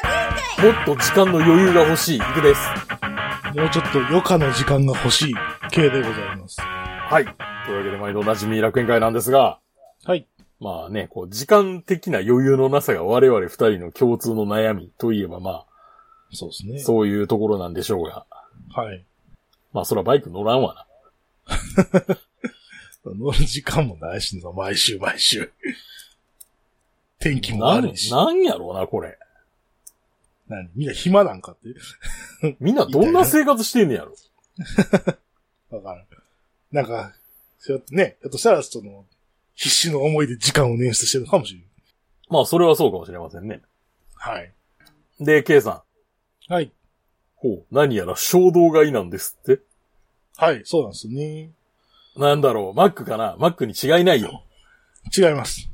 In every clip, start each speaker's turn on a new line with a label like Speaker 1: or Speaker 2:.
Speaker 1: もっと時間の余裕が欲しい。いくです。
Speaker 2: もうちょっと余暇の時間が欲しい系でございます。
Speaker 1: はい。というわけで、毎度おなじみ楽園会なんですが、
Speaker 2: はい。
Speaker 1: まあね、こう、時間的な余裕のなさが我々二人の共通の悩みといえばま
Speaker 2: そうです
Speaker 1: あ、
Speaker 2: ね。
Speaker 1: そういうところなんでしょうが、
Speaker 2: はい。
Speaker 1: まあそらバイク乗らんわな。
Speaker 2: 乗る時間もないしな、毎週毎週。 天気も
Speaker 1: な
Speaker 2: 悪
Speaker 1: ん
Speaker 2: い、し。
Speaker 1: なんやろうな、これ。
Speaker 2: 何みんな暇なんかって
Speaker 1: みんなどんな生活してんねやろ。
Speaker 2: わからん。なんか、ひょね、ひょっとしたら、その、必死の思いで時間を捻出してるのかもしれない。
Speaker 1: まあそれはそうかもしれませんね。
Speaker 2: はい。
Speaker 1: で、K さん。
Speaker 2: はい。
Speaker 1: ほう、何やら衝動買いなんですって。
Speaker 2: はい、そうなんですね。
Speaker 1: なんだろう、マックかなマックに違いないよ。
Speaker 2: 違います。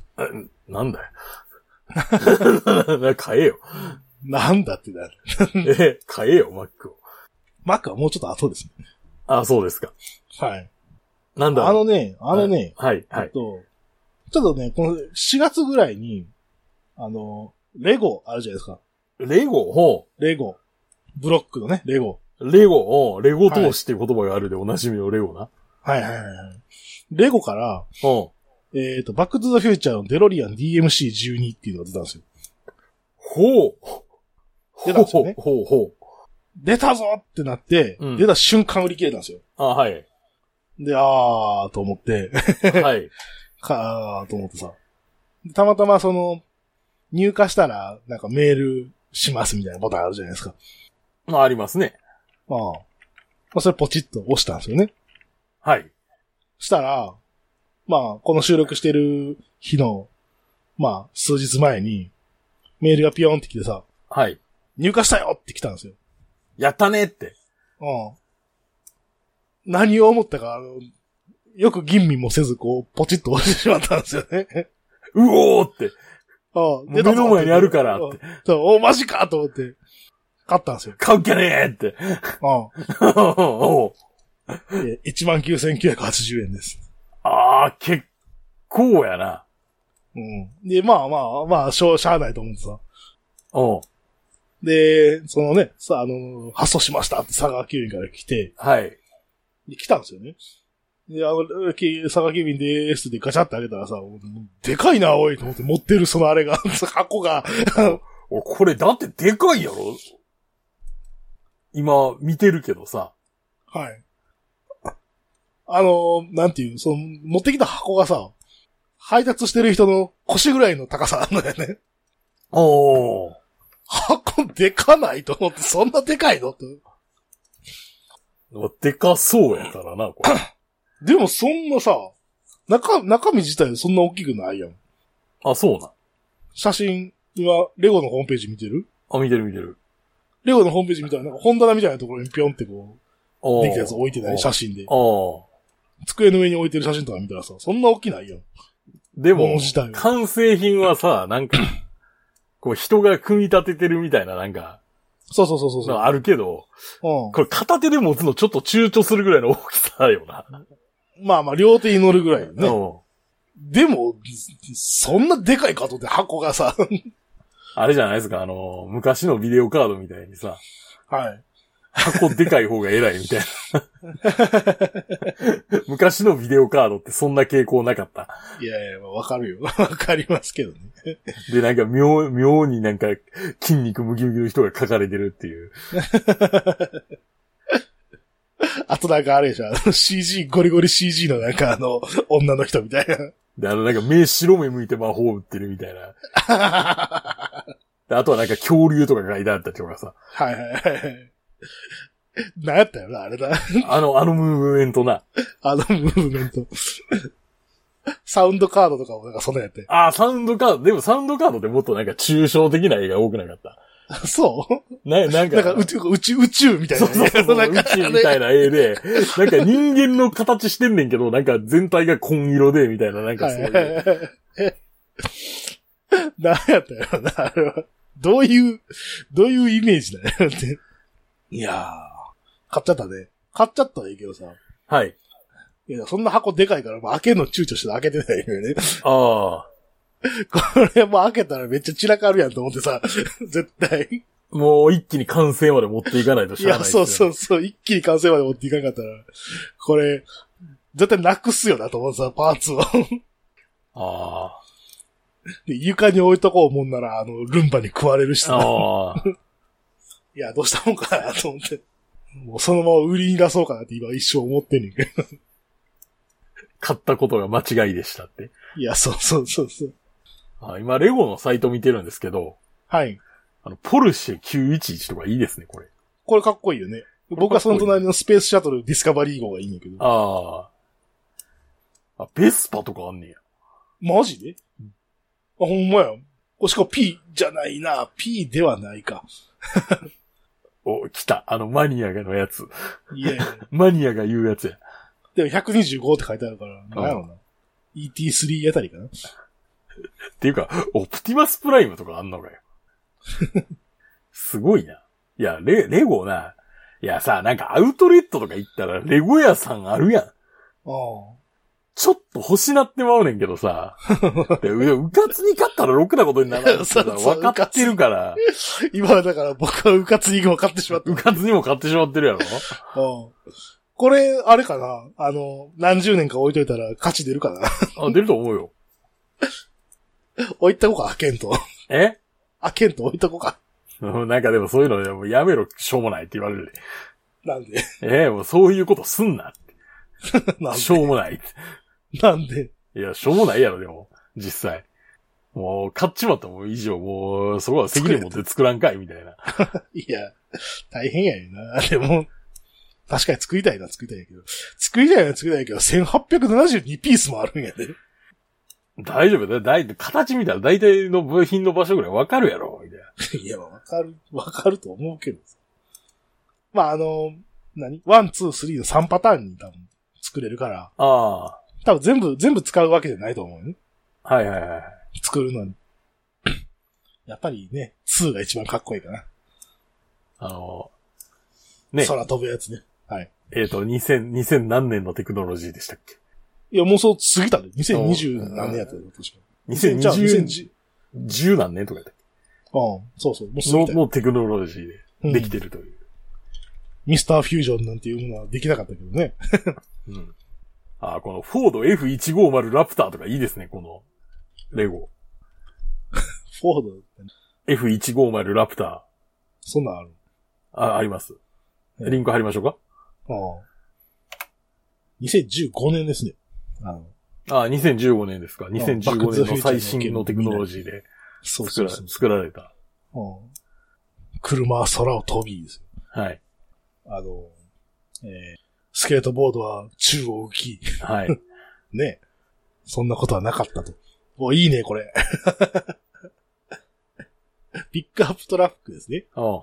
Speaker 1: なんだよ。 買えよ。
Speaker 2: なんだってなる。
Speaker 1: え、買えよ、マックを。
Speaker 2: マックはもうちょっと後ですね。
Speaker 1: あ、そうですか。
Speaker 2: はい。
Speaker 1: なんだ
Speaker 2: あ
Speaker 1: ろう。
Speaker 2: のね、あのね、
Speaker 1: はい、は
Speaker 2: えっ
Speaker 1: い。
Speaker 2: と、ちょっとね、この4月ぐらいに、あの、レゴあるじゃないですか。
Speaker 1: レゴ、ほ
Speaker 2: レゴ。ブロックのね、レゴ。
Speaker 1: う。レゴ、ほう。レゴ投資っていう言葉があるでおなじみのレゴな。
Speaker 2: はいはいはいはい。レゴから、
Speaker 1: うん。
Speaker 2: えっ、と、バックトゥザフューチャーのデロリアン DMC12 っていうのが出たんですよ。
Speaker 1: ほう。
Speaker 2: 出たんです
Speaker 1: ほ
Speaker 2: よ
Speaker 1: う
Speaker 2: ね、
Speaker 1: ほう、ほう。
Speaker 2: 出たぞってなって、
Speaker 1: うん
Speaker 2: 出た瞬間売り切れたんですよ。
Speaker 1: あ、はい。
Speaker 2: で、あーと思って、
Speaker 1: はい。
Speaker 2: かーと思ってさ。たまたまその、入荷したら、なんかメールしますみたいなボタンあるじゃないですか。
Speaker 1: まあ、ありますね。
Speaker 2: まあ、まあ、それポチッと押したんですよね。
Speaker 1: はい。
Speaker 2: したら、まあ、この収録してる日の、まあ、数日前に、メールがピヨンってきてさ、
Speaker 1: はい。
Speaker 2: 入荷したよって来たんですよ。
Speaker 1: やったねって。
Speaker 2: うん。何を思ったか、あのよく吟味もせず、こう、ポチッと押してしまったんですよね。
Speaker 1: うおーって。
Speaker 2: あ
Speaker 1: 目の前にあるからっ
Speaker 2: ってて。そう、お、マジかと思って、買ったんですよ。
Speaker 1: 買うきゃねーって。
Speaker 2: う。
Speaker 1: おうん
Speaker 2: で19,980円です。
Speaker 1: ああ、結構やな。
Speaker 2: うん。で、まあまあ、まあ、しょう、しゃあないと思ってさ。
Speaker 1: うん。
Speaker 2: で、そのね、さ、あの、発送しましたって佐川急便から来て、
Speaker 1: はい。
Speaker 2: で来たんですよね。で、あの、き佐川急便でーすってガチャって開けたらさ、もうでかいな、おいと思って持ってるそのあれが、箱が、
Speaker 1: おこれだってでかいやろ今見てるけどさ。
Speaker 2: はい。あの、なんていう、その、持ってきた箱がさ、配達してる人の腰ぐらいの高さなんだよね。
Speaker 1: おー。
Speaker 2: 箱でかないと思って、そんなでかいのと。
Speaker 1: でかそうやからな、こ れ。
Speaker 2: でもそんなさ、中、中身自体そんな大きくないやん。
Speaker 1: あ、そうな。
Speaker 2: 写真、今、レゴのホームページ見てる
Speaker 1: あ、見てる見てる。
Speaker 2: レゴのホームページ見たら、なんか本棚みたいなところにピョンってこ
Speaker 1: お
Speaker 2: う、
Speaker 1: ー
Speaker 2: できたやつ置いてない写真で。
Speaker 1: おー。
Speaker 2: 机の上に置いてる写真とか見たらさ、そんな大きないやん。
Speaker 1: で
Speaker 2: 物
Speaker 1: も
Speaker 2: 自体、は
Speaker 1: 完成品は さ、なんか、こう人が組み立ててるみたいな、なんか、
Speaker 2: そうそうそうそうそう。
Speaker 1: のあるけど、
Speaker 2: う
Speaker 1: これ片手で持つのちょっと躊躇するぐらいの大きさよな。
Speaker 2: ん。まあまあ、両手に乗るぐらいよね。
Speaker 1: うん
Speaker 2: でも、そんなでかいかとって箱がさ、
Speaker 1: あれじゃないですか、あの、昔のビデオカードみたいにさ、
Speaker 2: はい。
Speaker 1: 箱でかい方が偉いみたい な。昔のビデオカードってそんな傾向なかった。
Speaker 2: いやいや、わかるよ。 わかりますけどね。
Speaker 1: で、なんか妙、妙になんか筋肉ムキムキの人が書かれてるっていう。
Speaker 2: あとなんかあれでしょ、あの CG、ゴリゴリ CG のなんかあの、女の人みたいな。
Speaker 1: で、あのなんか目白目向いて魔法打ってるみたいな。であとはなんか恐竜とか書いてあったりとかさ。
Speaker 2: はいはいはい。なんやったよな、あれだ。
Speaker 1: あの、あのムーブメントな。
Speaker 2: あの ムーブメント。サウンドカードとかもなんかそんなんやって。
Speaker 1: あー、サウンドカード。でもサウンドカードってもっとなんか抽象的な絵が多くなかった。
Speaker 2: そ
Speaker 1: な、なん
Speaker 2: う
Speaker 1: か。
Speaker 2: なんか宇宙、宇宙、宇宙みたい
Speaker 1: そ
Speaker 2: な
Speaker 1: う
Speaker 2: ね。
Speaker 1: そうそう、
Speaker 2: なんか
Speaker 1: 宇宙みたいな絵で、なんか人間の形してんねんけど、なんか全体が紺色で、みたいな、なんか
Speaker 2: は
Speaker 1: そう
Speaker 2: い
Speaker 1: いう。
Speaker 2: はいはい。 何やったよな、あれは。どういう、どういうイメージだよって。いやー、買っちゃったね。買っちゃったらいいけどさ。
Speaker 1: はい。
Speaker 2: いや、そんな箱でかいから、もう開けるの躊躇して開けてないよね。
Speaker 1: ああ。
Speaker 2: これもう開けたらめっちゃ散らかるやんと思ってさ、絶対。
Speaker 1: もう一気に完成まで持っていかないと
Speaker 2: い
Speaker 1: しゃあ
Speaker 2: や、
Speaker 1: ない。。
Speaker 2: そうそううそう。一気に完成まで持っていかんかったら、これ、絶対なくすよなと思ってさ、パーツを。
Speaker 1: あ
Speaker 2: で床に置いとこうもんなら、あの、ルンバに食われるし
Speaker 1: あ。
Speaker 2: さ。
Speaker 1: ああ。
Speaker 2: いや、どうしたもんかなと思って。もうそのまま売りに出そうかなって今一生思ってんねん けど。
Speaker 1: 買ったことが間違いでしたって。
Speaker 2: いや、そうそうそうそう。
Speaker 1: あ今、レゴのサイト見てるんですけど、
Speaker 2: はい。
Speaker 1: あの、ポルシェ911とかいいですね、これ。
Speaker 2: これかっこいいよね。僕はその隣のスペースシャトルディスカバリー号がいいねんだけど。
Speaker 1: ああ。あ、ベスパとかあんねや。
Speaker 2: マジであ、ほんまや。おしかも P じゃないな。P ではないか。
Speaker 1: お、来た。あの、マニアがのやつ。
Speaker 2: いやいや。
Speaker 1: マニアが言うやつや。
Speaker 2: でも125って書いてあるから、なんやろな。ET3 あたりかな。
Speaker 1: っていうか、オプティマスプライムとかあんのかよ。すごいな。いや、レ、レゴな。いやさ、なんかアウトレットとか行ったら、レゴ屋さんあるやん。
Speaker 2: あ
Speaker 1: ちょっと欲しなってまうねんけどさ。 でううかつに勝ったらろくなことにならんってさ。
Speaker 2: そうそう
Speaker 1: 分かってるから、
Speaker 2: あ。 今だから僕はうかつにも買ってしまった。
Speaker 1: うかつにも買ってしまってるやろ。
Speaker 2: うんこれ、あれかなあの、何十年か置いといたら価値出るかな
Speaker 1: あ、出ると思うよ。
Speaker 2: 置いとこうか、開けんと。
Speaker 1: え
Speaker 2: 開けんと置いとこうか。
Speaker 1: うんなんかでもそういうのでもうやめろ、しょうもないって言われる
Speaker 2: なん で
Speaker 1: で。えもうそういうことすんな。
Speaker 2: なん
Speaker 1: しょうもない。
Speaker 2: でなんで
Speaker 1: いや、しょうもないやろ、でも、実際。もう、買っちまったもん、以上、もう、そこは責任持って作らんかい、みたいな。
Speaker 2: いや、大変やよな。でも、確かに作りたいな、作りたいんやけど。作りたいな、作りたいんやけど、1872ピースもあるんやで。
Speaker 1: 大丈夫だよ、だい、形見たら大体の部品の場所ぐらいわかるやろ、みたいな。
Speaker 2: いや、わかる、わかると思うけどさ。まあ、あの、何ワン、ツー、スリーの3パターンに多分作れるから、
Speaker 1: あ
Speaker 2: 多分全部、全部使うわけじゃないと思うね。
Speaker 1: あ、はいはいはい。
Speaker 2: 作るのに。やっぱりね、2が一番かっこいいかな。
Speaker 1: あの、ね、
Speaker 2: 空飛ぶやつね。はい。
Speaker 1: えっ、と、2000、2000何年のテクノロジーでしたっけ
Speaker 2: いや、もうそう過ぎたで。2020何年やったよ、確か。じゃあ
Speaker 1: ?2020、
Speaker 2: 2010
Speaker 1: 10何年とかやったっ
Speaker 2: うん、そうそう。もう
Speaker 1: け
Speaker 2: 過
Speaker 1: の
Speaker 2: ぎたよ
Speaker 1: のテクノロジー
Speaker 2: うん
Speaker 1: でできてるという。
Speaker 2: ミスターフュージョンなんていうものはできなかったけどね。
Speaker 1: うん。ああ、このフォード F150 ラプターとかいいですね、この、レゴ。
Speaker 2: フォード、
Speaker 1: F150 ラプター。
Speaker 2: そんなんある。
Speaker 1: あ、あります。
Speaker 2: うん
Speaker 1: リンク貼りましょうか。
Speaker 2: うん。2015年ですね。あの、
Speaker 1: あ、2015年ですか。
Speaker 2: バックトゥ
Speaker 1: 2015
Speaker 2: ザ
Speaker 1: 年の最新のテクノロジーで
Speaker 2: そう
Speaker 1: 作
Speaker 2: そう
Speaker 1: ら
Speaker 2: そう。
Speaker 1: 作られた。
Speaker 2: うん車は空を飛びですよ。
Speaker 1: はい。
Speaker 2: あの、えースケートボードは宙を浮き。
Speaker 1: はい。
Speaker 2: ね。そんなことはなかったと。お、いいね、これ。 ピックアップトラックですね。
Speaker 1: うん。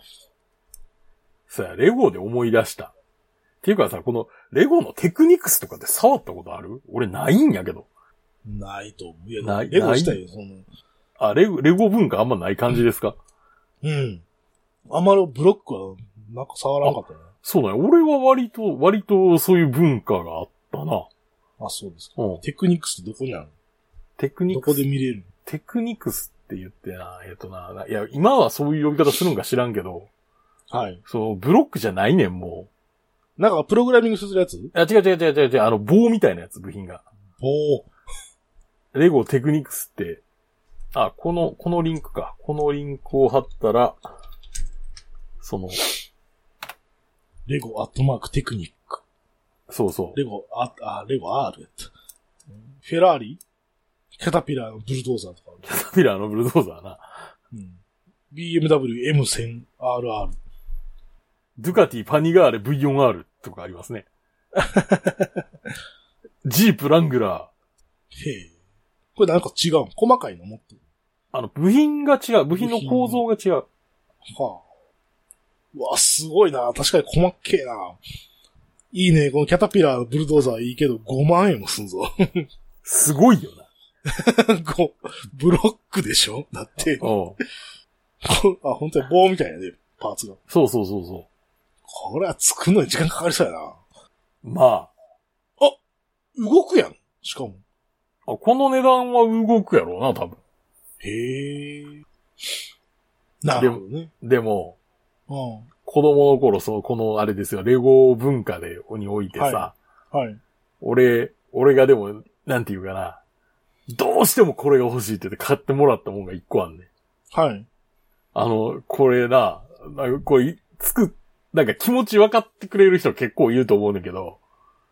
Speaker 1: さあ、レゴで思い出した。っていうかさ、このレゴのテクニクスとかって触ったことある俺ないんやけど。
Speaker 2: ないと思う。いや、
Speaker 1: ない
Speaker 2: レゴ自体よ、その、
Speaker 1: あ、レゴ、レゴ文化あんまない感じですか、
Speaker 2: うん。あんまりブロックは、なんか触らなかったね。
Speaker 1: そうだね。俺は割と、割とそういう文化があったな。
Speaker 2: あ、そうですか。
Speaker 1: うん。
Speaker 2: テクニックスってどこにある
Speaker 1: テクニ
Speaker 2: ど
Speaker 1: ク
Speaker 2: こ
Speaker 1: ス
Speaker 2: で、見れる
Speaker 1: テクニクスって言ってな、えっとな、いや、今はそういう呼び方するんか知らんけど、
Speaker 2: はい。
Speaker 1: そう、ブロックじゃないねん、もう。
Speaker 2: なんか、プログラミングするやつ
Speaker 1: あ、違う違う違う違う違う、あの、棒みたいなやつ、部品が。
Speaker 2: おー
Speaker 1: レゴテクニクスって、あ、この、このリンクか。このリンクを貼ったら、その、
Speaker 2: レゴアットマークテクニック。
Speaker 1: そうそう。
Speaker 2: レゴ、あ、あ、レゴ R やった。フェラーリキャタピラーのブルドーザーとかある
Speaker 1: キャタピラーのブルドーザーな。
Speaker 2: うん。BMW M1000RR。
Speaker 1: ドゥカティパニガーレ V4R とかあります ね。ジープラングラ
Speaker 2: へえ。これなんか違うん。細かいの持ってる。
Speaker 1: ー。あの、部品が違う。部品の構造が違う。
Speaker 2: はあ。うわ、すごいな。確かに細っけえな。いいね。このキャタピラーのブルドーザーいいけど、5万円もすんぞ。
Speaker 1: すごいよな。
Speaker 2: こうブロックでしょだって。
Speaker 1: うん。
Speaker 2: こあ、本当に棒みたいなね、パーツが。
Speaker 1: そうそうそうそ
Speaker 2: これは作るのに時間かかりそうやな。
Speaker 1: う。ま
Speaker 2: 動くやん。しかも。
Speaker 1: あ、あこの値段は動くやろうな、多分。
Speaker 2: へえ。なるほどね。
Speaker 1: でも、
Speaker 2: うん。
Speaker 1: 子供の頃、そう、このあれですよ、レゴ文化で、においてさ、
Speaker 2: ははい。
Speaker 1: 俺、俺がでも、なんていうかな、どうしてもこれが欲しいって言って買ってもらったもんが一個あんねん。
Speaker 2: はい。
Speaker 1: あの、これな、なんかこれ、つく、なんか気持ち分かってくれる人結構いると思うねんだけど、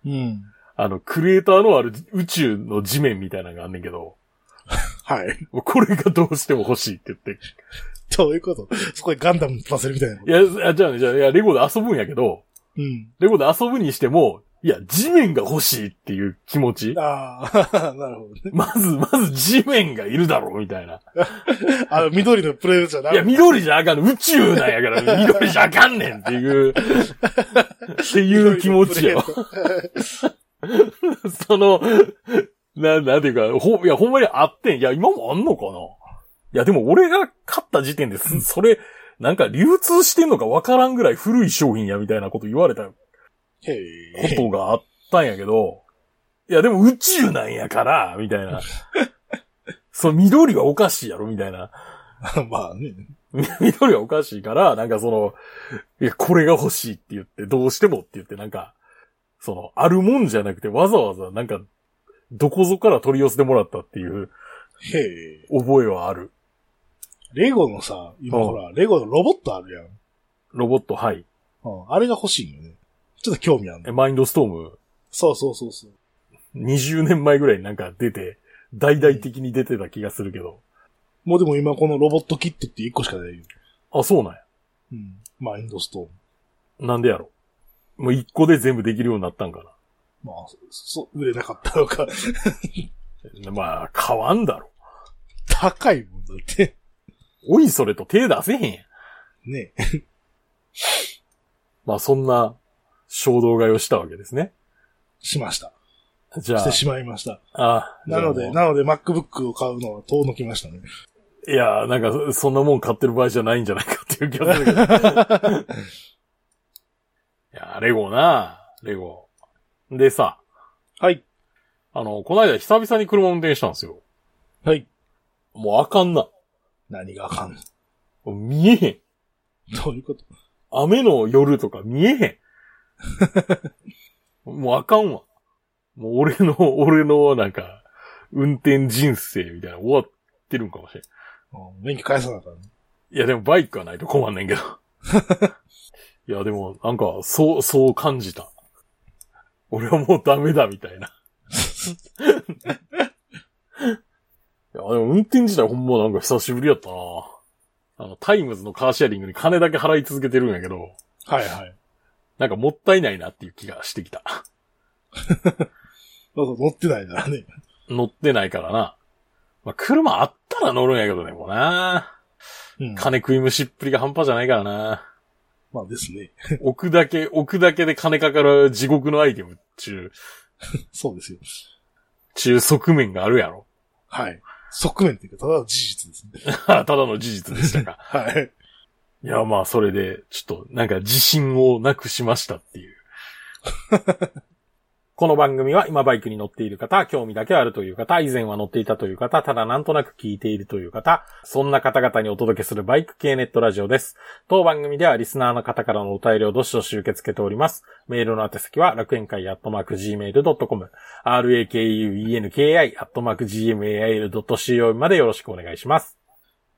Speaker 2: うん。
Speaker 1: あの、クリエイターのある宇宙の地面みたいなのがあんねんけど、
Speaker 2: はい。
Speaker 1: もうこれがどうしても欲しいって言って。
Speaker 2: どういうことそこでガンダムに飛ばせるみたいな。
Speaker 1: いや、あじゃあね、じゃあ、いや、レゴで遊ぶんやけど、
Speaker 2: うん。
Speaker 1: レゴで遊ぶにしても、いや、地面が欲しいっていう気持ち。
Speaker 2: ああ、 なるほどね。
Speaker 1: まず、まず地面がいるだろう、みたいな。
Speaker 2: あの、緑のプレートじゃない
Speaker 1: いや、緑じゃあかんの。宇宙なんや から、緑じゃあかんねんっていう、っていう気持ちよ。。その、な、なんていうか、ほ、いや、ほんまにあってん。いや、今もあんのかないや、でも俺が買った時点です、それ、なんか流通してんのかわからんぐらい古い商品や、みたいなこと言われたこ
Speaker 2: へえ。
Speaker 1: とがあったんやけど、いや、でも宇宙なんやから、み たいな。その緑はおかしいやろ、みたいな。
Speaker 2: まあね。
Speaker 1: 緑はおかしいから、なんかその、いや、これが欲しいって言って、どうしてもって言って、なんか、その、あるもんじゃなくて、わざわざ、なんか、どこぞから取り寄せてもらったっていう
Speaker 2: へえ。
Speaker 1: 覚えはある。
Speaker 2: レゴのさ、今
Speaker 1: うん
Speaker 2: ほら、レゴのロボットあるやん。
Speaker 1: ロボット、はい。
Speaker 2: うん。あれが欲しいよね。ちょっと興味ある
Speaker 1: え
Speaker 2: の。
Speaker 1: マインドストーム、
Speaker 2: そうそうそうそう。
Speaker 1: 20年前ぐらいになんか出て、大々的に出てた気がするけど。
Speaker 2: もうでも今このロボットキットって1個しかないよ。
Speaker 1: あ、そうなんや。
Speaker 2: うん。マインドストーン。
Speaker 1: なんでやろ。もう一個で全部できるようになったんか
Speaker 2: まあ、そ、売れなかったのか。
Speaker 1: な。まあ、変わんだろ。
Speaker 2: 高いもんだって。
Speaker 1: おい、それと手出せへんやん。
Speaker 2: ね。
Speaker 1: まあ、そんな、衝動買いをしたわけですね。
Speaker 2: しました。
Speaker 1: じゃあ。
Speaker 2: してしまいました。
Speaker 1: あ
Speaker 2: なので、
Speaker 1: な。
Speaker 2: なので MacBook を買うのは遠のきました ね。
Speaker 1: いや、なんか、そんなもん買ってる場合じゃないんじゃないかっていう気がするけど。いや、レゴなレゴ。でさ、
Speaker 2: はい。
Speaker 1: あの、この間久々に車運転したんですよ。
Speaker 2: はい。
Speaker 1: もうあかんな。
Speaker 2: 何があかんの
Speaker 1: もう見えへん。
Speaker 2: どういうこと
Speaker 1: 雨の夜とか見えへん。 もうあかんわ。もう俺の、俺の、なんか、運転人生みたいな、終わってるんかもしれん。
Speaker 2: うん免許返さなあかんね。
Speaker 1: いや、でもバイクはないと困んねんけど。 いや、でも、なんか、そう、そう感じた。俺はもうダメだ、みたいな。いや、でも運転自体ほんまなんか久しぶりやったなあの、タイムズのカーシェアリングに金だけ払い続けてるんやけど、
Speaker 2: はいはい。
Speaker 1: なんかもったいないなっていう気がしてきた。
Speaker 2: そうそう、乗ってないからね。
Speaker 1: 乗ってないからな。まあ、車あったら乗るんやけどね、もうな
Speaker 2: うん。
Speaker 1: 金食い虫っぷりが半端じゃないからな
Speaker 2: まあですね。
Speaker 1: 置くだけ、置くだけで金かかる地獄のアイテムっちゅう、
Speaker 2: そうですよ。
Speaker 1: ちゅう側面があるやろ。
Speaker 2: はい。側面っていうか、ただの事実ですね。
Speaker 1: ただの事実でしたか。
Speaker 2: はい。
Speaker 1: いや、まあ、それで、ちょっと、なんか自信をなくしましたっていう。 この番組は今バイクに乗っている方、興味だけあるという方、以前は乗っていたという方、ただなんとなく聞いているという方、そんな方々にお届けするバイク系ネットラジオです。当番組ではリスナーの方からのお便りをどしどし受け付けております。メールの宛先は楽園会アットマーク gmail.com、rakuenki アットマーク gmail.co までよろしくお願いします。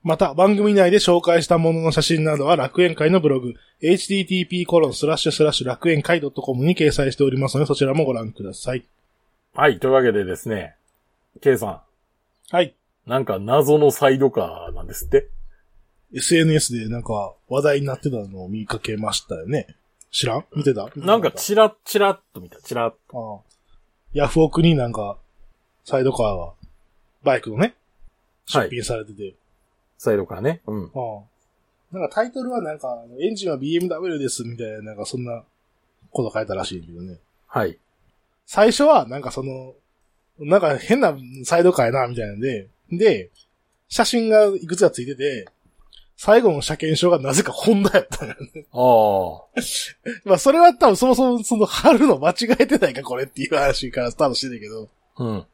Speaker 2: また、番組内で紹介したものの写真などは楽園会のブログ、http コロンスラッシュスラッシュ楽園会 .com に掲載しておりますので、そちらもご覧ください。
Speaker 1: はい、というわけでですね、K さ
Speaker 2: はい。
Speaker 1: ん、なんか謎のサイドカーなんですって。
Speaker 2: SNS でなんか話題になってたのを見かけましたよね。知らん見てた
Speaker 1: なんかチラッチラッと見た、チラッ。
Speaker 2: ああヤフオクになんか、サイドカーが、バイクのね、
Speaker 1: は
Speaker 2: 出
Speaker 1: い、
Speaker 2: 品されてて。
Speaker 1: サイドカーね。うん。
Speaker 2: ああなんかタイトルはなんか、あのエンジンは BMW ですみたいな、なんかそんなこと書いたらしいんだけどね。
Speaker 1: はい。
Speaker 2: 最初はなんかその、なんか変なサイドカーやな、みたいなんで、で、写真がいくつかついてて、最後の車検証がなぜかホンダやったのよね。
Speaker 1: ああ。
Speaker 2: まあそれは多分そもそもその貼るの間違えてないかこれっていう話からスタートしてたけど、
Speaker 1: うん。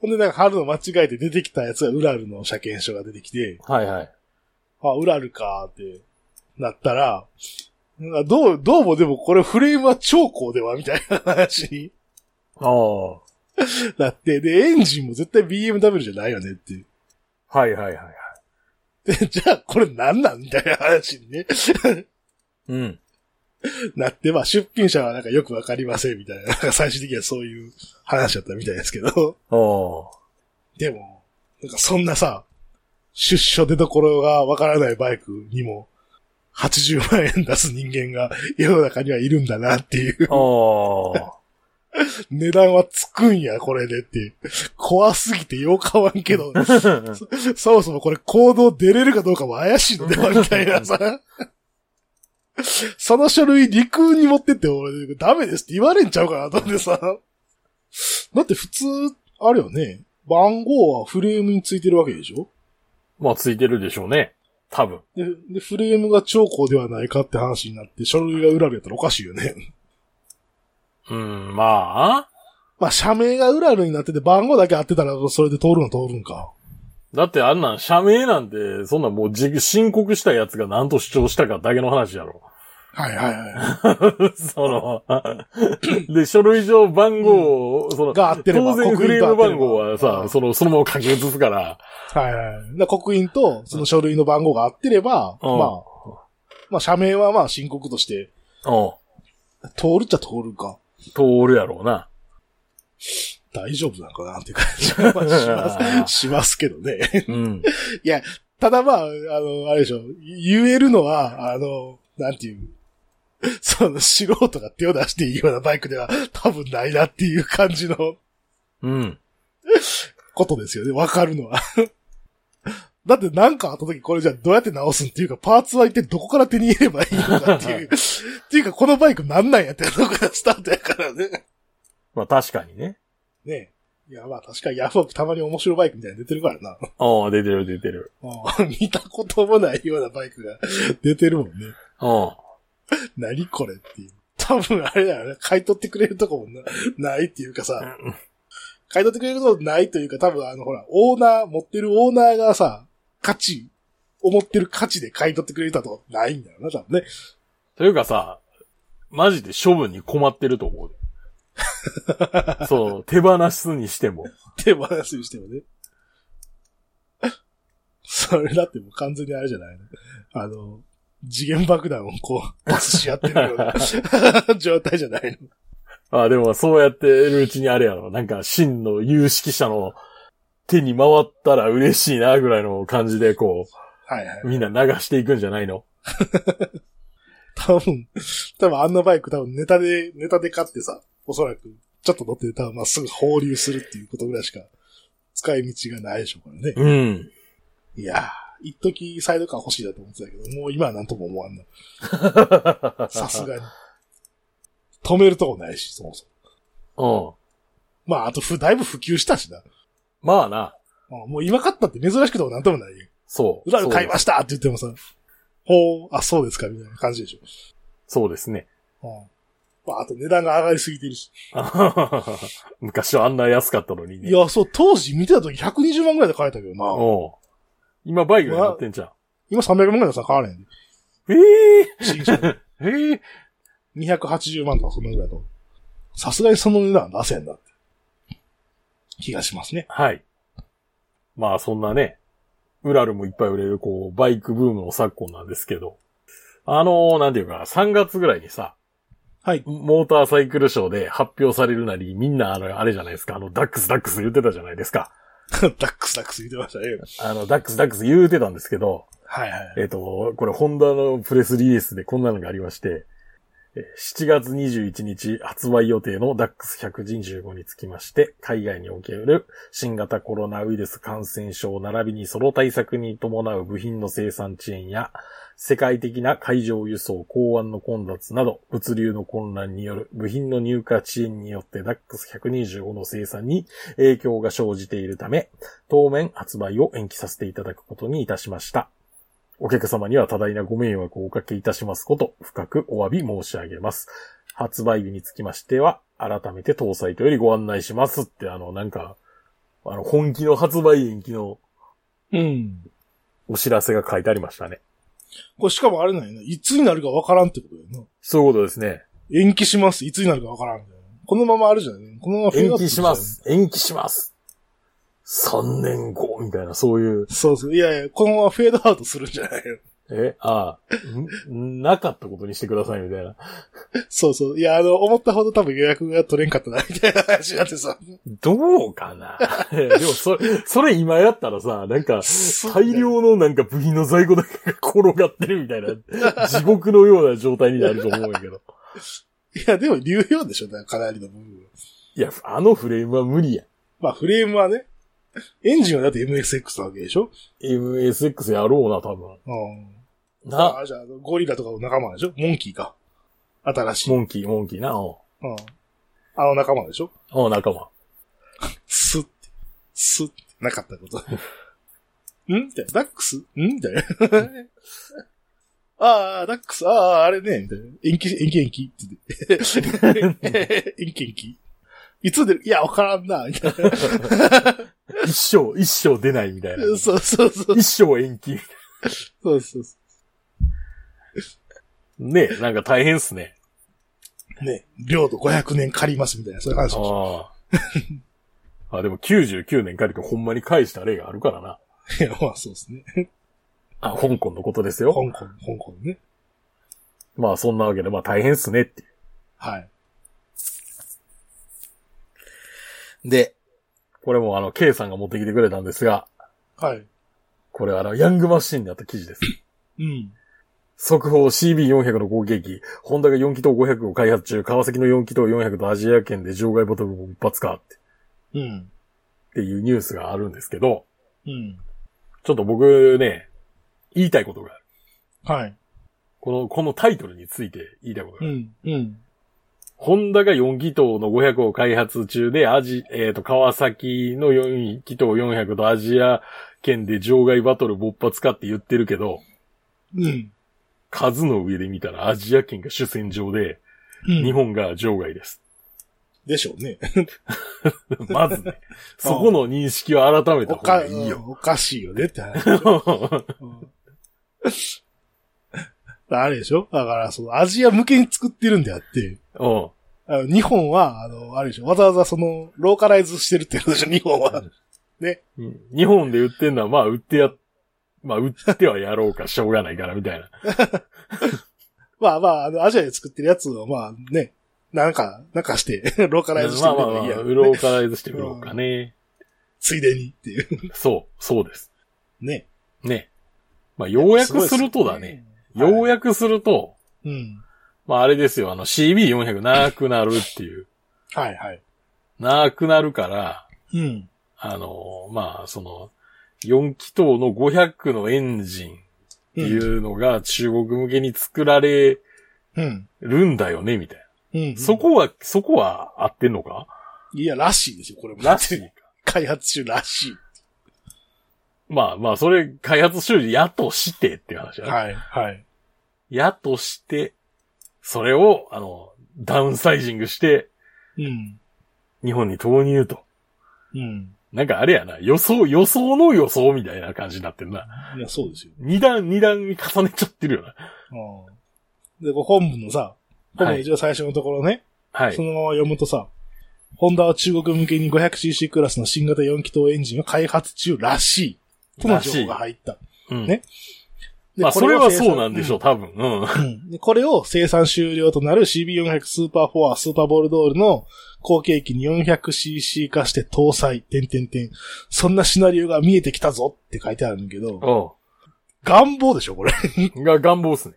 Speaker 2: ほんでなんか貼るの間違えて出てきたやつがウラルの車検証が出てきて、
Speaker 1: はいはい。
Speaker 2: あ、ウラルかーってなったら、なんかどう、どうもでもこれフレームは超高ではみたいな話に
Speaker 1: ああ。は
Speaker 2: なって、で、エンジンも絶対 BMW じゃないよねっていう。
Speaker 1: いはいはいはい。
Speaker 2: で、じゃあこれなんなんみたいな話にね、
Speaker 1: うん。
Speaker 2: なって、まあ出品者はなんかよくわかりませんみたいな、なんか最終的にはそういう話だったみたいですけど。
Speaker 1: ああ。
Speaker 2: でも、なんかそんなさ、出所出所がわからないバイクにも、80万円出す人間が世の中にはいるんだなっていう。
Speaker 1: ああ。
Speaker 2: 値段はつくんや、これでって。怖すぎてよう買わんけど、そもそもこれ行動出れるかどうかも怪しいのではみたいなさ。その書類陸運に持ってって俺、ダメですって言われんちゃうかなと思ってさ。だって普通、あれよね、番号はフレームについてるわけでしょ
Speaker 1: まあ、ついてるでしょうね。多分。
Speaker 2: でで、フレームが超高ではないかって話になって、書類がウラルやったらおかしいよね。
Speaker 1: うん、まあ。
Speaker 2: まあ、社名がウラルになってて番号だけ合ってたら、それで通るの通るんか。
Speaker 1: だってあんなん、社名なんて、そんなもうじ申告したやつが何と主張したかだけの話やろ。
Speaker 2: はいはいは
Speaker 1: そ の、で、書類上番号を、その、
Speaker 2: い。が合ってれば、
Speaker 1: 当然フレーム番号は
Speaker 2: う
Speaker 1: さ、
Speaker 2: ん
Speaker 1: その、そのまま書き写すから、
Speaker 2: はいはい。だから刻印と、その書類の番号が合ってれば、
Speaker 1: うん
Speaker 2: まあ、まあ、社名はまあ、申告として、
Speaker 1: う
Speaker 2: 通るっちゃ通る
Speaker 1: ん、
Speaker 2: か。
Speaker 1: 通るやろう な。
Speaker 2: 大丈夫なのかなっていう感じはま あします、しますけどね。
Speaker 1: うん。
Speaker 2: ただまあ、あの、あれでしょ、言えるのは、あの、なんていう、 その素人が手を出していいようなバイクでは多分ないなっていう感じの
Speaker 1: うん。
Speaker 2: ことですよね。わかるのは。 だってなんかあった時これじゃあどうやって直すんっていうか、パーツは一体どこから手に入れればいいのかって いう。っていうか、このバイクなんなんやってとこがスタートやから ね。
Speaker 1: まあ、確かにね。
Speaker 2: ねえ。いや、まあ確かにヤフオクたまに面白いバイクみたいなの出てるからな。
Speaker 1: ああ、出てる出てる。
Speaker 2: うん見たこともないようなバイクが出てるもんね。
Speaker 1: うん。
Speaker 2: 何これっていう。多分あれだよね。買い取ってくれるとこもなないっていうかさ、買い取ってくれるとこないというか、多分あのほら、オーナー、持ってるオーナーがさ、価値、思ってる価値で買い取ってくれるとこないんだよな、多分ね。
Speaker 1: というかさ、マジで処分に困ってると思 う。そう、手放すにしても。
Speaker 2: 手放すにしてもね。 それだってもう完全にあれじゃないのあの、次元爆弾をこう、パスし合ってるような 状態じゃないの。
Speaker 1: ああ、でもそうやってるうちにあれやろ。なんか、真の有識者の手に回ったら嬉しいな、ぐらいの感じで、こ、。
Speaker 2: はいはいう
Speaker 1: みんな流していくんじゃないの
Speaker 2: 多分、多分あんなバイク多分ネタで、ネタで買ってさ、おそらく、ちょっと乗って多分まっすぐ放流するっていうことぐらいしか、使い道がないでしょうからね。
Speaker 1: うん。
Speaker 2: いやー、一時サイドカー欲しいだと思ってたけど、もう今はなんとも思わんな。さすがに。止めるとこないし、そもそも。
Speaker 1: うん。
Speaker 2: まあ、あとふ、だいぶ普及したしな。
Speaker 1: まあな、
Speaker 2: あもう今買ったって珍しくてもなんともないよ。
Speaker 1: そう。
Speaker 2: 裏で買いましたって言ってもさ、ほう、あ、そうですか、みたいな感じでし
Speaker 1: そうです ね。
Speaker 2: ょ。うん。まあ、あと値段が上がりすぎてるし。
Speaker 1: 昔はあんな安かったのにね。
Speaker 2: いや、そう、当時見てた時120万ぐらいで買えたけどな。
Speaker 1: おう今バイクになってんじゃん。
Speaker 2: 今300万ぐらいでさ、買われへん。
Speaker 1: ええ
Speaker 2: 新車。
Speaker 1: ええ
Speaker 2: 280万とかそんなぐらいだと。さすがにその値段は出せんだって。気がしますね。
Speaker 1: はい。まあそんなね、ウラルもいっぱい売れる、こう、バイクブームの昨今なんですけど、あのーなんていうか、3月ぐらいにさ、
Speaker 2: はい。
Speaker 1: モーターサイクルショーで発表されるなり、みんなあの、あれじゃないですか、あの、ダックスダックス言ってたじゃないですか。
Speaker 2: ダックスダックス言ってましたね。
Speaker 1: あの、ダックスダックス言うてたんですけど、
Speaker 2: はいはい。
Speaker 1: えっ、と、これ、ホンダのプレスリリースでこんなのがありまして、えー7月21日発売予定の DAX100 人15につきまして、海外における新型コロナウイルス感染症並びにその対策に伴う部品の生産遅延や、世界的な海上輸送、港湾の混雑など、物流の混乱による部品の入荷遅延によって DAX125 の生産に影響が生じているため、当面発売を延期させていただくことにいたしました。お客様には多大なご迷惑をおかけいたしますこと、深くお詫び申し上げます。発売日につきましては、改めて搭載とよりご案内しますって、あの、なんか、あの、本気の発売延期の
Speaker 2: うん。
Speaker 1: お知らせが書いてありましたね。
Speaker 2: これしかもあれなんやな。いつになるかわからんってことやな。
Speaker 1: そういうことですね。
Speaker 2: 延期します。いつになるかわからんみたいな。このままあるじゃないこのままフェード
Speaker 1: 延
Speaker 2: アウト
Speaker 1: 期します。延期します。3年後みたいな、そういう。
Speaker 2: そうそう。いやいや、このままフェードアウトするんじゃないよ。
Speaker 1: え、ああ、んなかったことにしてくださいみたいな。
Speaker 2: そうそう。いや、あの、思ったほど多分予約が取れんかったな、みたいな話になってさ。
Speaker 1: どうかな いやでもそれ、それ今やったらさ、なんか、大量のなんか部品の在庫だけが転がってるみたい な、地獄のような状態になると思うんやけど。
Speaker 2: いや、でも流用でしょ、だからかなりの部分は。
Speaker 1: いや、あのフレームは無理や。
Speaker 2: まあ、フレームはね、エンジンはだって MXX なわけでしょ
Speaker 1: MSX やろうな、多分。
Speaker 2: うん。
Speaker 1: な、
Speaker 2: あ、じゃあ、ゴリラとかの仲間でしょモンキーか。新しい。
Speaker 1: モンキー、モンキーな、お
Speaker 2: うん。あの仲間でしょ
Speaker 1: うおう仲間。
Speaker 2: スッて、スッて、なかったこと。 んみたいな。ダックスんみたいな。ああ、ダックス、ああ、あれね、みたいな。延期、延期、延期って言 って。延期、延期。いつ出るいや、わからんな、みたいな。
Speaker 1: 一生、一生出ないみたいな。
Speaker 2: そうそうそう。
Speaker 1: 一生延期。
Speaker 2: そうそうそ
Speaker 1: ねなんか大変っすね。
Speaker 2: う。ね、領土500年借ります、みたいな、そういう話でしょ。
Speaker 1: ああ。あ、でも99年借りてほんまに返した例があるからな。
Speaker 2: いや、まあそうですね。
Speaker 1: あ、香港のことです
Speaker 2: 香
Speaker 1: よ。
Speaker 2: 港、香港ね。
Speaker 1: まあそんなわけで、まあ大変っすねってい
Speaker 2: はい。
Speaker 1: う。で、これもあの、K さんが持ってきてくれたんですが、
Speaker 2: はい。
Speaker 1: これあの、ヤングマシンにあった記事 です。
Speaker 2: うん。
Speaker 1: 速報 CB400 の後継機、ホンダが4気筒500を開発中、川崎の4気筒400とアジア圏で場外バトルも一発かって、
Speaker 2: うん。
Speaker 1: っていうニュースがあるんですけど、
Speaker 2: うん。
Speaker 1: ちょっと僕ね、言いたいことがある。
Speaker 2: はい。
Speaker 1: この、このタイトルについて言いたいことがある。
Speaker 2: ん。うん。
Speaker 1: ホンダが4気筒の500を開発中で、アジ、えっ、と、川崎の4気筒400とアジア圏で場外バトル勃発かって言ってるけど、
Speaker 2: うん。
Speaker 1: 数の上で見たらアジア圏が主戦場で、日
Speaker 2: 日本
Speaker 1: 本が場外です。
Speaker 2: でしょうね。
Speaker 1: まずね、そこの認識を改めた方
Speaker 2: おか
Speaker 1: がいいよ。
Speaker 2: おかしいよねって話。うんあれでしょだから、その、アジア向けに作ってるんであって、
Speaker 1: うん。
Speaker 2: あの日本は、あの、あれでしょわざわざその、ローカライズしてるってことでしょ日本は。
Speaker 1: 日本で売ってんのは、まあ売ってや、まあ売ってはやろうか、しょうがないから、みたいな。
Speaker 2: まあまあ、あの、アジアで作ってるやつを、まあね、なんか、なんかして、 ローカライズして
Speaker 1: まあ
Speaker 2: る
Speaker 1: まあ
Speaker 2: の
Speaker 1: ま
Speaker 2: いいや
Speaker 1: あ、
Speaker 2: ろ
Speaker 1: 売ろうからずして売ろうかね。
Speaker 2: ついでにっていう。
Speaker 1: そう、そうです。
Speaker 2: ね。
Speaker 1: ね。まあ、ようやくするとだね。。
Speaker 2: はい
Speaker 1: ようやくすると、
Speaker 2: うん。
Speaker 1: まああれですよ、あの CB400 なくなるっていう。
Speaker 2: はいはい。
Speaker 1: なくなるから、
Speaker 2: うん。
Speaker 1: あの、まあ、その、4気筒の500のエンジンってい
Speaker 2: うん。
Speaker 1: うのが中国向けに作られ
Speaker 2: うん。
Speaker 1: るんだよね、みたい
Speaker 2: うん。
Speaker 1: な。そこは、そこは合ってんのか
Speaker 2: いや、らしいですよ、これも。
Speaker 1: らしい。
Speaker 2: 開発中らし
Speaker 1: まあまあ、それ、開発修理やとしてっていう話
Speaker 2: い。
Speaker 1: だね。
Speaker 2: はい、はい。
Speaker 1: やとして、それを、あの、ダウンサイジングして、
Speaker 2: うん。
Speaker 1: 日本に投入と。
Speaker 2: うん。
Speaker 1: なんかあれやな、予想、予想の予想みたいな感じになってるな。
Speaker 2: いや、そうですよ。
Speaker 1: 二段、二段に重ねちゃってるよな。
Speaker 2: うん。で、こう本部のさ、本部の一番最初のところね、
Speaker 1: はい
Speaker 2: そ。のまま読むとさ、ホンダは中国向けに 500cc クラスの新型4気筒エンジンを開発中らしい。との情報が入った。
Speaker 1: うん
Speaker 2: ねで
Speaker 1: まあ、それはそうなんでしょ
Speaker 2: ょ
Speaker 1: う、多分。うん。
Speaker 2: うんでこれを生産終了となる CB400 スーパーフォア、スーパーボルドールの後継機に 400cc 化して搭載、点点点。そんなシナリオが見えてきたぞって書いてあるんだけど、
Speaker 1: お
Speaker 2: 願望でしょ、これ。
Speaker 1: うが、願望っすね。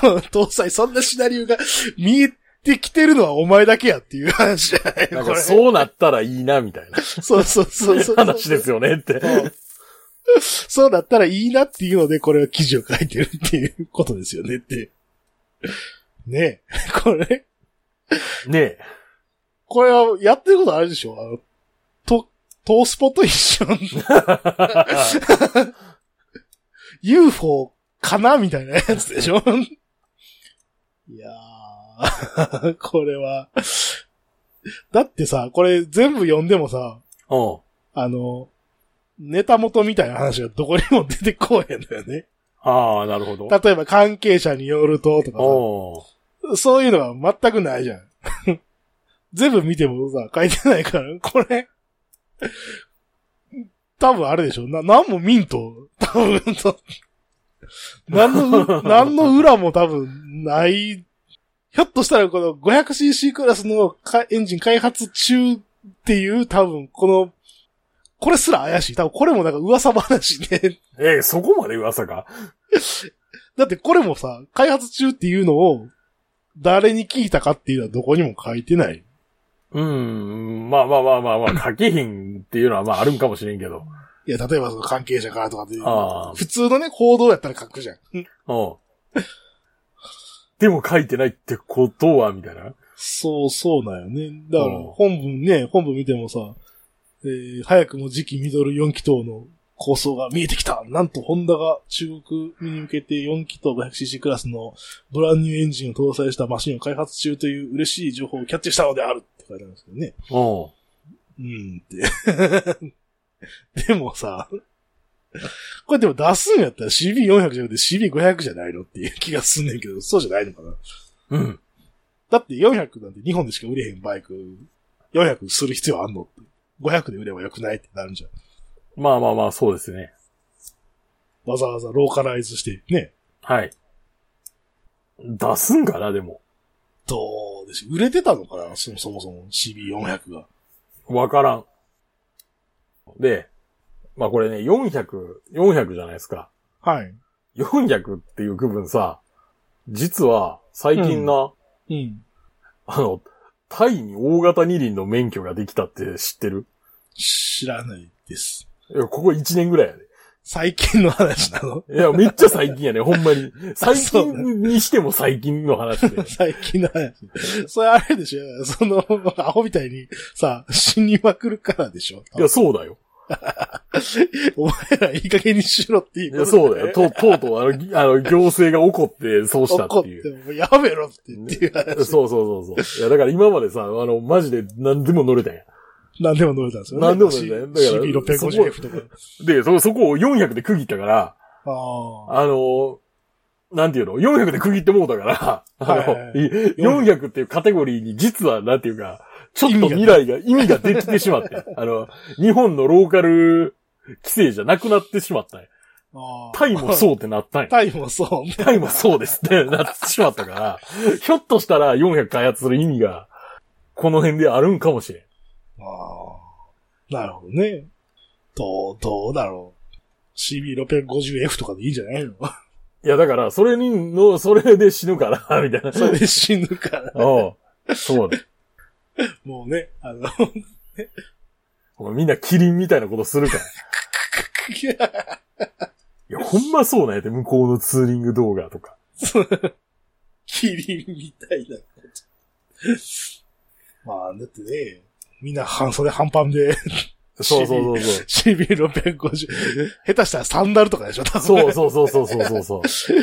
Speaker 2: この搭載、そんなシナリオが見えてきてるのはお前だけやっていう話じゃない
Speaker 1: なん
Speaker 2: こ
Speaker 1: か、
Speaker 2: れ。
Speaker 1: そうなったらいいな、みたいな
Speaker 2: そうそうそうそう。
Speaker 1: 話ですよねって。
Speaker 2: そうだったらいいなっていうので、これは記事を書いてるっていうことですよねって。ねえ、これ、
Speaker 1: ねえ。
Speaker 2: これはやってることあるでしょあの、と、トースポと一緒 UFO かなみたいなやつでしょいやー、 これは。だってさ、これ全部読んでもさ、
Speaker 1: おう
Speaker 2: あの、ネタ元みたいな話がどこにも出てこへんだよね。
Speaker 1: ああ、なるほど。
Speaker 2: 例えば関係者によるととかさ
Speaker 1: おー
Speaker 2: そういうのは全くないじゃん。 全部見てもさ、書いてないから、これ、多分あれでしょ。な、何もミント、多分と、何の、何の裏も多分ない。ひょっとしたらこの 500cc クラスのかエンジン開発中っていう多分この、これすら怪しい。多分これもなんか噂話ね。
Speaker 1: えーそこまで噂が。
Speaker 2: だってこれもさ、開発中っていうのを誰に聞いたかっていうのはどこにも書いてない。
Speaker 1: うん、まあまあまあまあまあ、書けへんっていうのはまああるんかもしれんけど。
Speaker 2: いや、例えばその関係者からとかで、
Speaker 1: ああ
Speaker 2: 普通のね、報道やったら書くじゃん。
Speaker 1: うん。でも書いてないってことは、みたいな。
Speaker 2: そうそうなんよね。だから
Speaker 1: うん、
Speaker 2: 本文ね、本文見てもさ、えー早くも次期ミドル4気筒の構想が見えてきたなんと、ホンダが中国に向けて4気筒 500cc クラスのブランニューエンジンを搭載したマシンを開発中という嬉しい情報をキャッチしたのであるって書いてあるんですけどね。
Speaker 1: うん。
Speaker 2: うん って。でもさ、これでも出すんやったら CB400 じゃなくて CB500 じゃないのっていう気がすんねんけど、そうじゃないのかな。
Speaker 1: うん。
Speaker 2: だって400なんて日本でしか売れへんバイク、400する必要あんのって。500で売ればよくないってなるんじゃん。
Speaker 1: まあまあまあ、そうですね。
Speaker 2: わざわざローカライズして、ね。
Speaker 1: はい。出すんかな、でも。
Speaker 2: どうでしょう売れてたのかなそもそもそも CB400 が。
Speaker 1: わからん。で、まあこれね、400、400じゃないですか。
Speaker 2: はい。
Speaker 1: 400っていう区分さ、実は最近な、
Speaker 2: うん。
Speaker 1: あの、タイに大型二輪の免許ができたって知ってる
Speaker 2: 知らないです。
Speaker 1: いやここ1年ぐらいやで。
Speaker 2: 最近の話なの
Speaker 1: いや、めっちゃ最 近やね、ほんまに。最
Speaker 2: そうな
Speaker 1: 近にしても最近の 話で。
Speaker 2: 最近の話。それあれでしょその、アホみたいにさ、死にまくるからでしょ
Speaker 1: いや、そうだよ。
Speaker 2: お前らいい加減にしろってい
Speaker 1: いうや、
Speaker 2: こと
Speaker 1: そうだよ。と、とうとう、あのぎ、あの、行政が怒って、そうした
Speaker 2: 怒
Speaker 1: っ
Speaker 2: って
Speaker 1: いう。
Speaker 2: て、もうやめろって言っていう話。
Speaker 1: そうそうそうそう。いや、だから今までさ、あの、マジで何でも乗れたんや。
Speaker 2: 何でも乗れたんですよね。
Speaker 1: 何でも乗れたよだから
Speaker 2: CB650F とか。
Speaker 1: で、そ、そこを400で区切ったから、
Speaker 2: ああ。
Speaker 1: あの、なんていうの ?400 で区切ってもうたから、あ
Speaker 2: はいはい
Speaker 1: の、い400っていうカテゴリーに実は、なんていうか、ちょっと
Speaker 2: 意味
Speaker 1: 未来が、意味ができてしま って、あの、日本のローカル規制じゃなくなってしまったんや。
Speaker 2: ああ
Speaker 1: タイもそうってなったんや。
Speaker 2: タイもそうね。
Speaker 1: タイもそうですってなってしまったから、ひょっとしたら400開発する意味が、この辺であるんかもしれん。
Speaker 2: ああ。なるほどね。どう、どうだろう。CB650F とかでいいんじゃ ないの
Speaker 1: いや、だから、それに、の、それで死ぬから、みたいな。
Speaker 2: それで死ぬから。
Speaker 1: おうそうだ。
Speaker 2: もうね、あの、
Speaker 1: お前みんなキリンみたいなことするから。いや、ほんまそうなんやて、向こうのツーリング動画とか。
Speaker 2: キリンみたいなこと。まあ、だってね、みんな半袖半パンで
Speaker 1: そうそう そう
Speaker 2: CB650、下手したらサンダルとかでしょ多分
Speaker 1: そう。そうそうそうそうそうそう。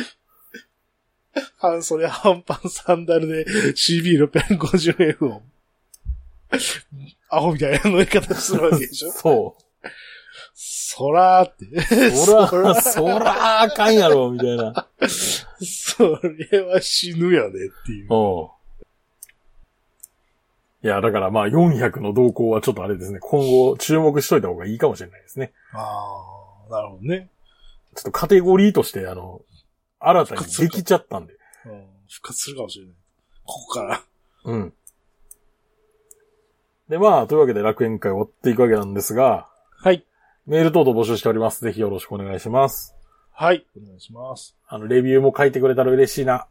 Speaker 2: 半袖半パンサンダルで CB650F を、アホみたいな乗り方するわけで しょ
Speaker 1: そ
Speaker 2: そらーって。
Speaker 1: う。そら、そらあかんやろ、みたいな。
Speaker 2: それは死ぬよねっていう。
Speaker 1: おういや、だからまあ400の動向はちょっとあれですね。今後注目しといた方がいいかもしれないですね。
Speaker 2: ああ、なるほどね。
Speaker 1: ちょっとカテゴリーとして、あの、新たにできちゃったんで。
Speaker 2: うん復活するかもしれない。ここから。
Speaker 1: うん。で、まあ、というわけで楽園会を追っていくわけなんですが、
Speaker 2: はい。
Speaker 1: メール等々募集しております。ぜひよろしくお願いします。
Speaker 2: はい。お願いします。
Speaker 1: あの、レビューも書いてくれたら嬉しいな。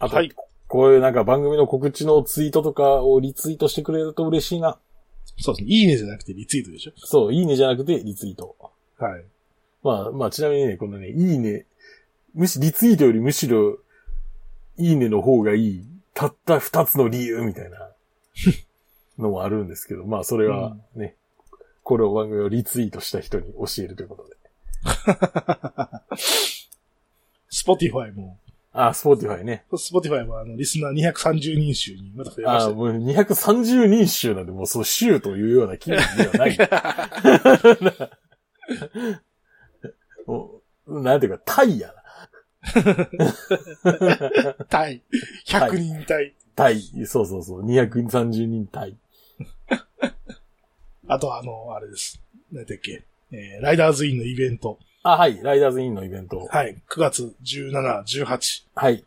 Speaker 1: あと、
Speaker 2: はい
Speaker 1: こういうなんか番組の告知のツイートとかをリツイートしてくれると嬉しいな。
Speaker 2: そうですね。いいねじゃなくてリツイートでしょ
Speaker 1: そう、いいねじゃなくてリツイート。
Speaker 2: はい。
Speaker 1: まあ、まあ、ちなみにね、このね、いいね、むし、リツイートよりむしろ、いいねの方がいい、たった二つの理由みたい なのもあるんですけど、まあ、それはね、これを番組をリツイートした人に教えるということで。
Speaker 2: Spotify も
Speaker 1: あ、スポーティファイね。
Speaker 2: スポティファイは、あの、リスナー230人集にまた増えまし
Speaker 1: あ
Speaker 2: た
Speaker 1: あ、
Speaker 2: よ。
Speaker 1: もう230人衆なんで、もうそう、衆というような気分ではない。 もうなんていうか、タイやな。
Speaker 2: 対。100人対。
Speaker 1: タイ。そうそうそう。230人タイ。
Speaker 2: あとはあの、あれです。なんだっけ。えーライダーズインのイベント。
Speaker 1: あ、はい。ライダーズインのイベント。
Speaker 2: はい。9月17、18
Speaker 1: はい。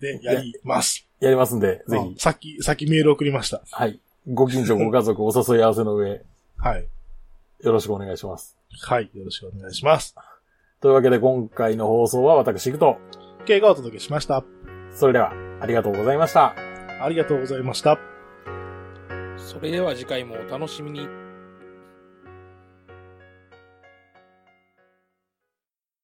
Speaker 2: でやります。
Speaker 1: やりますんで、ぜ
Speaker 2: あ
Speaker 1: ひ。
Speaker 2: さっき、さっきメール送りました。
Speaker 1: はい。ご近所、ご家族、お誘い合わせの上、
Speaker 2: はい。
Speaker 1: よろしくお願いします。
Speaker 2: はい。よろしくお願いします。
Speaker 1: というわけで、今回の放送は私、行くと。
Speaker 2: 経過をお届けしました。
Speaker 1: それでは、ありがとうございました。
Speaker 2: ありがとうございました。
Speaker 3: それでは次回もお楽しみに。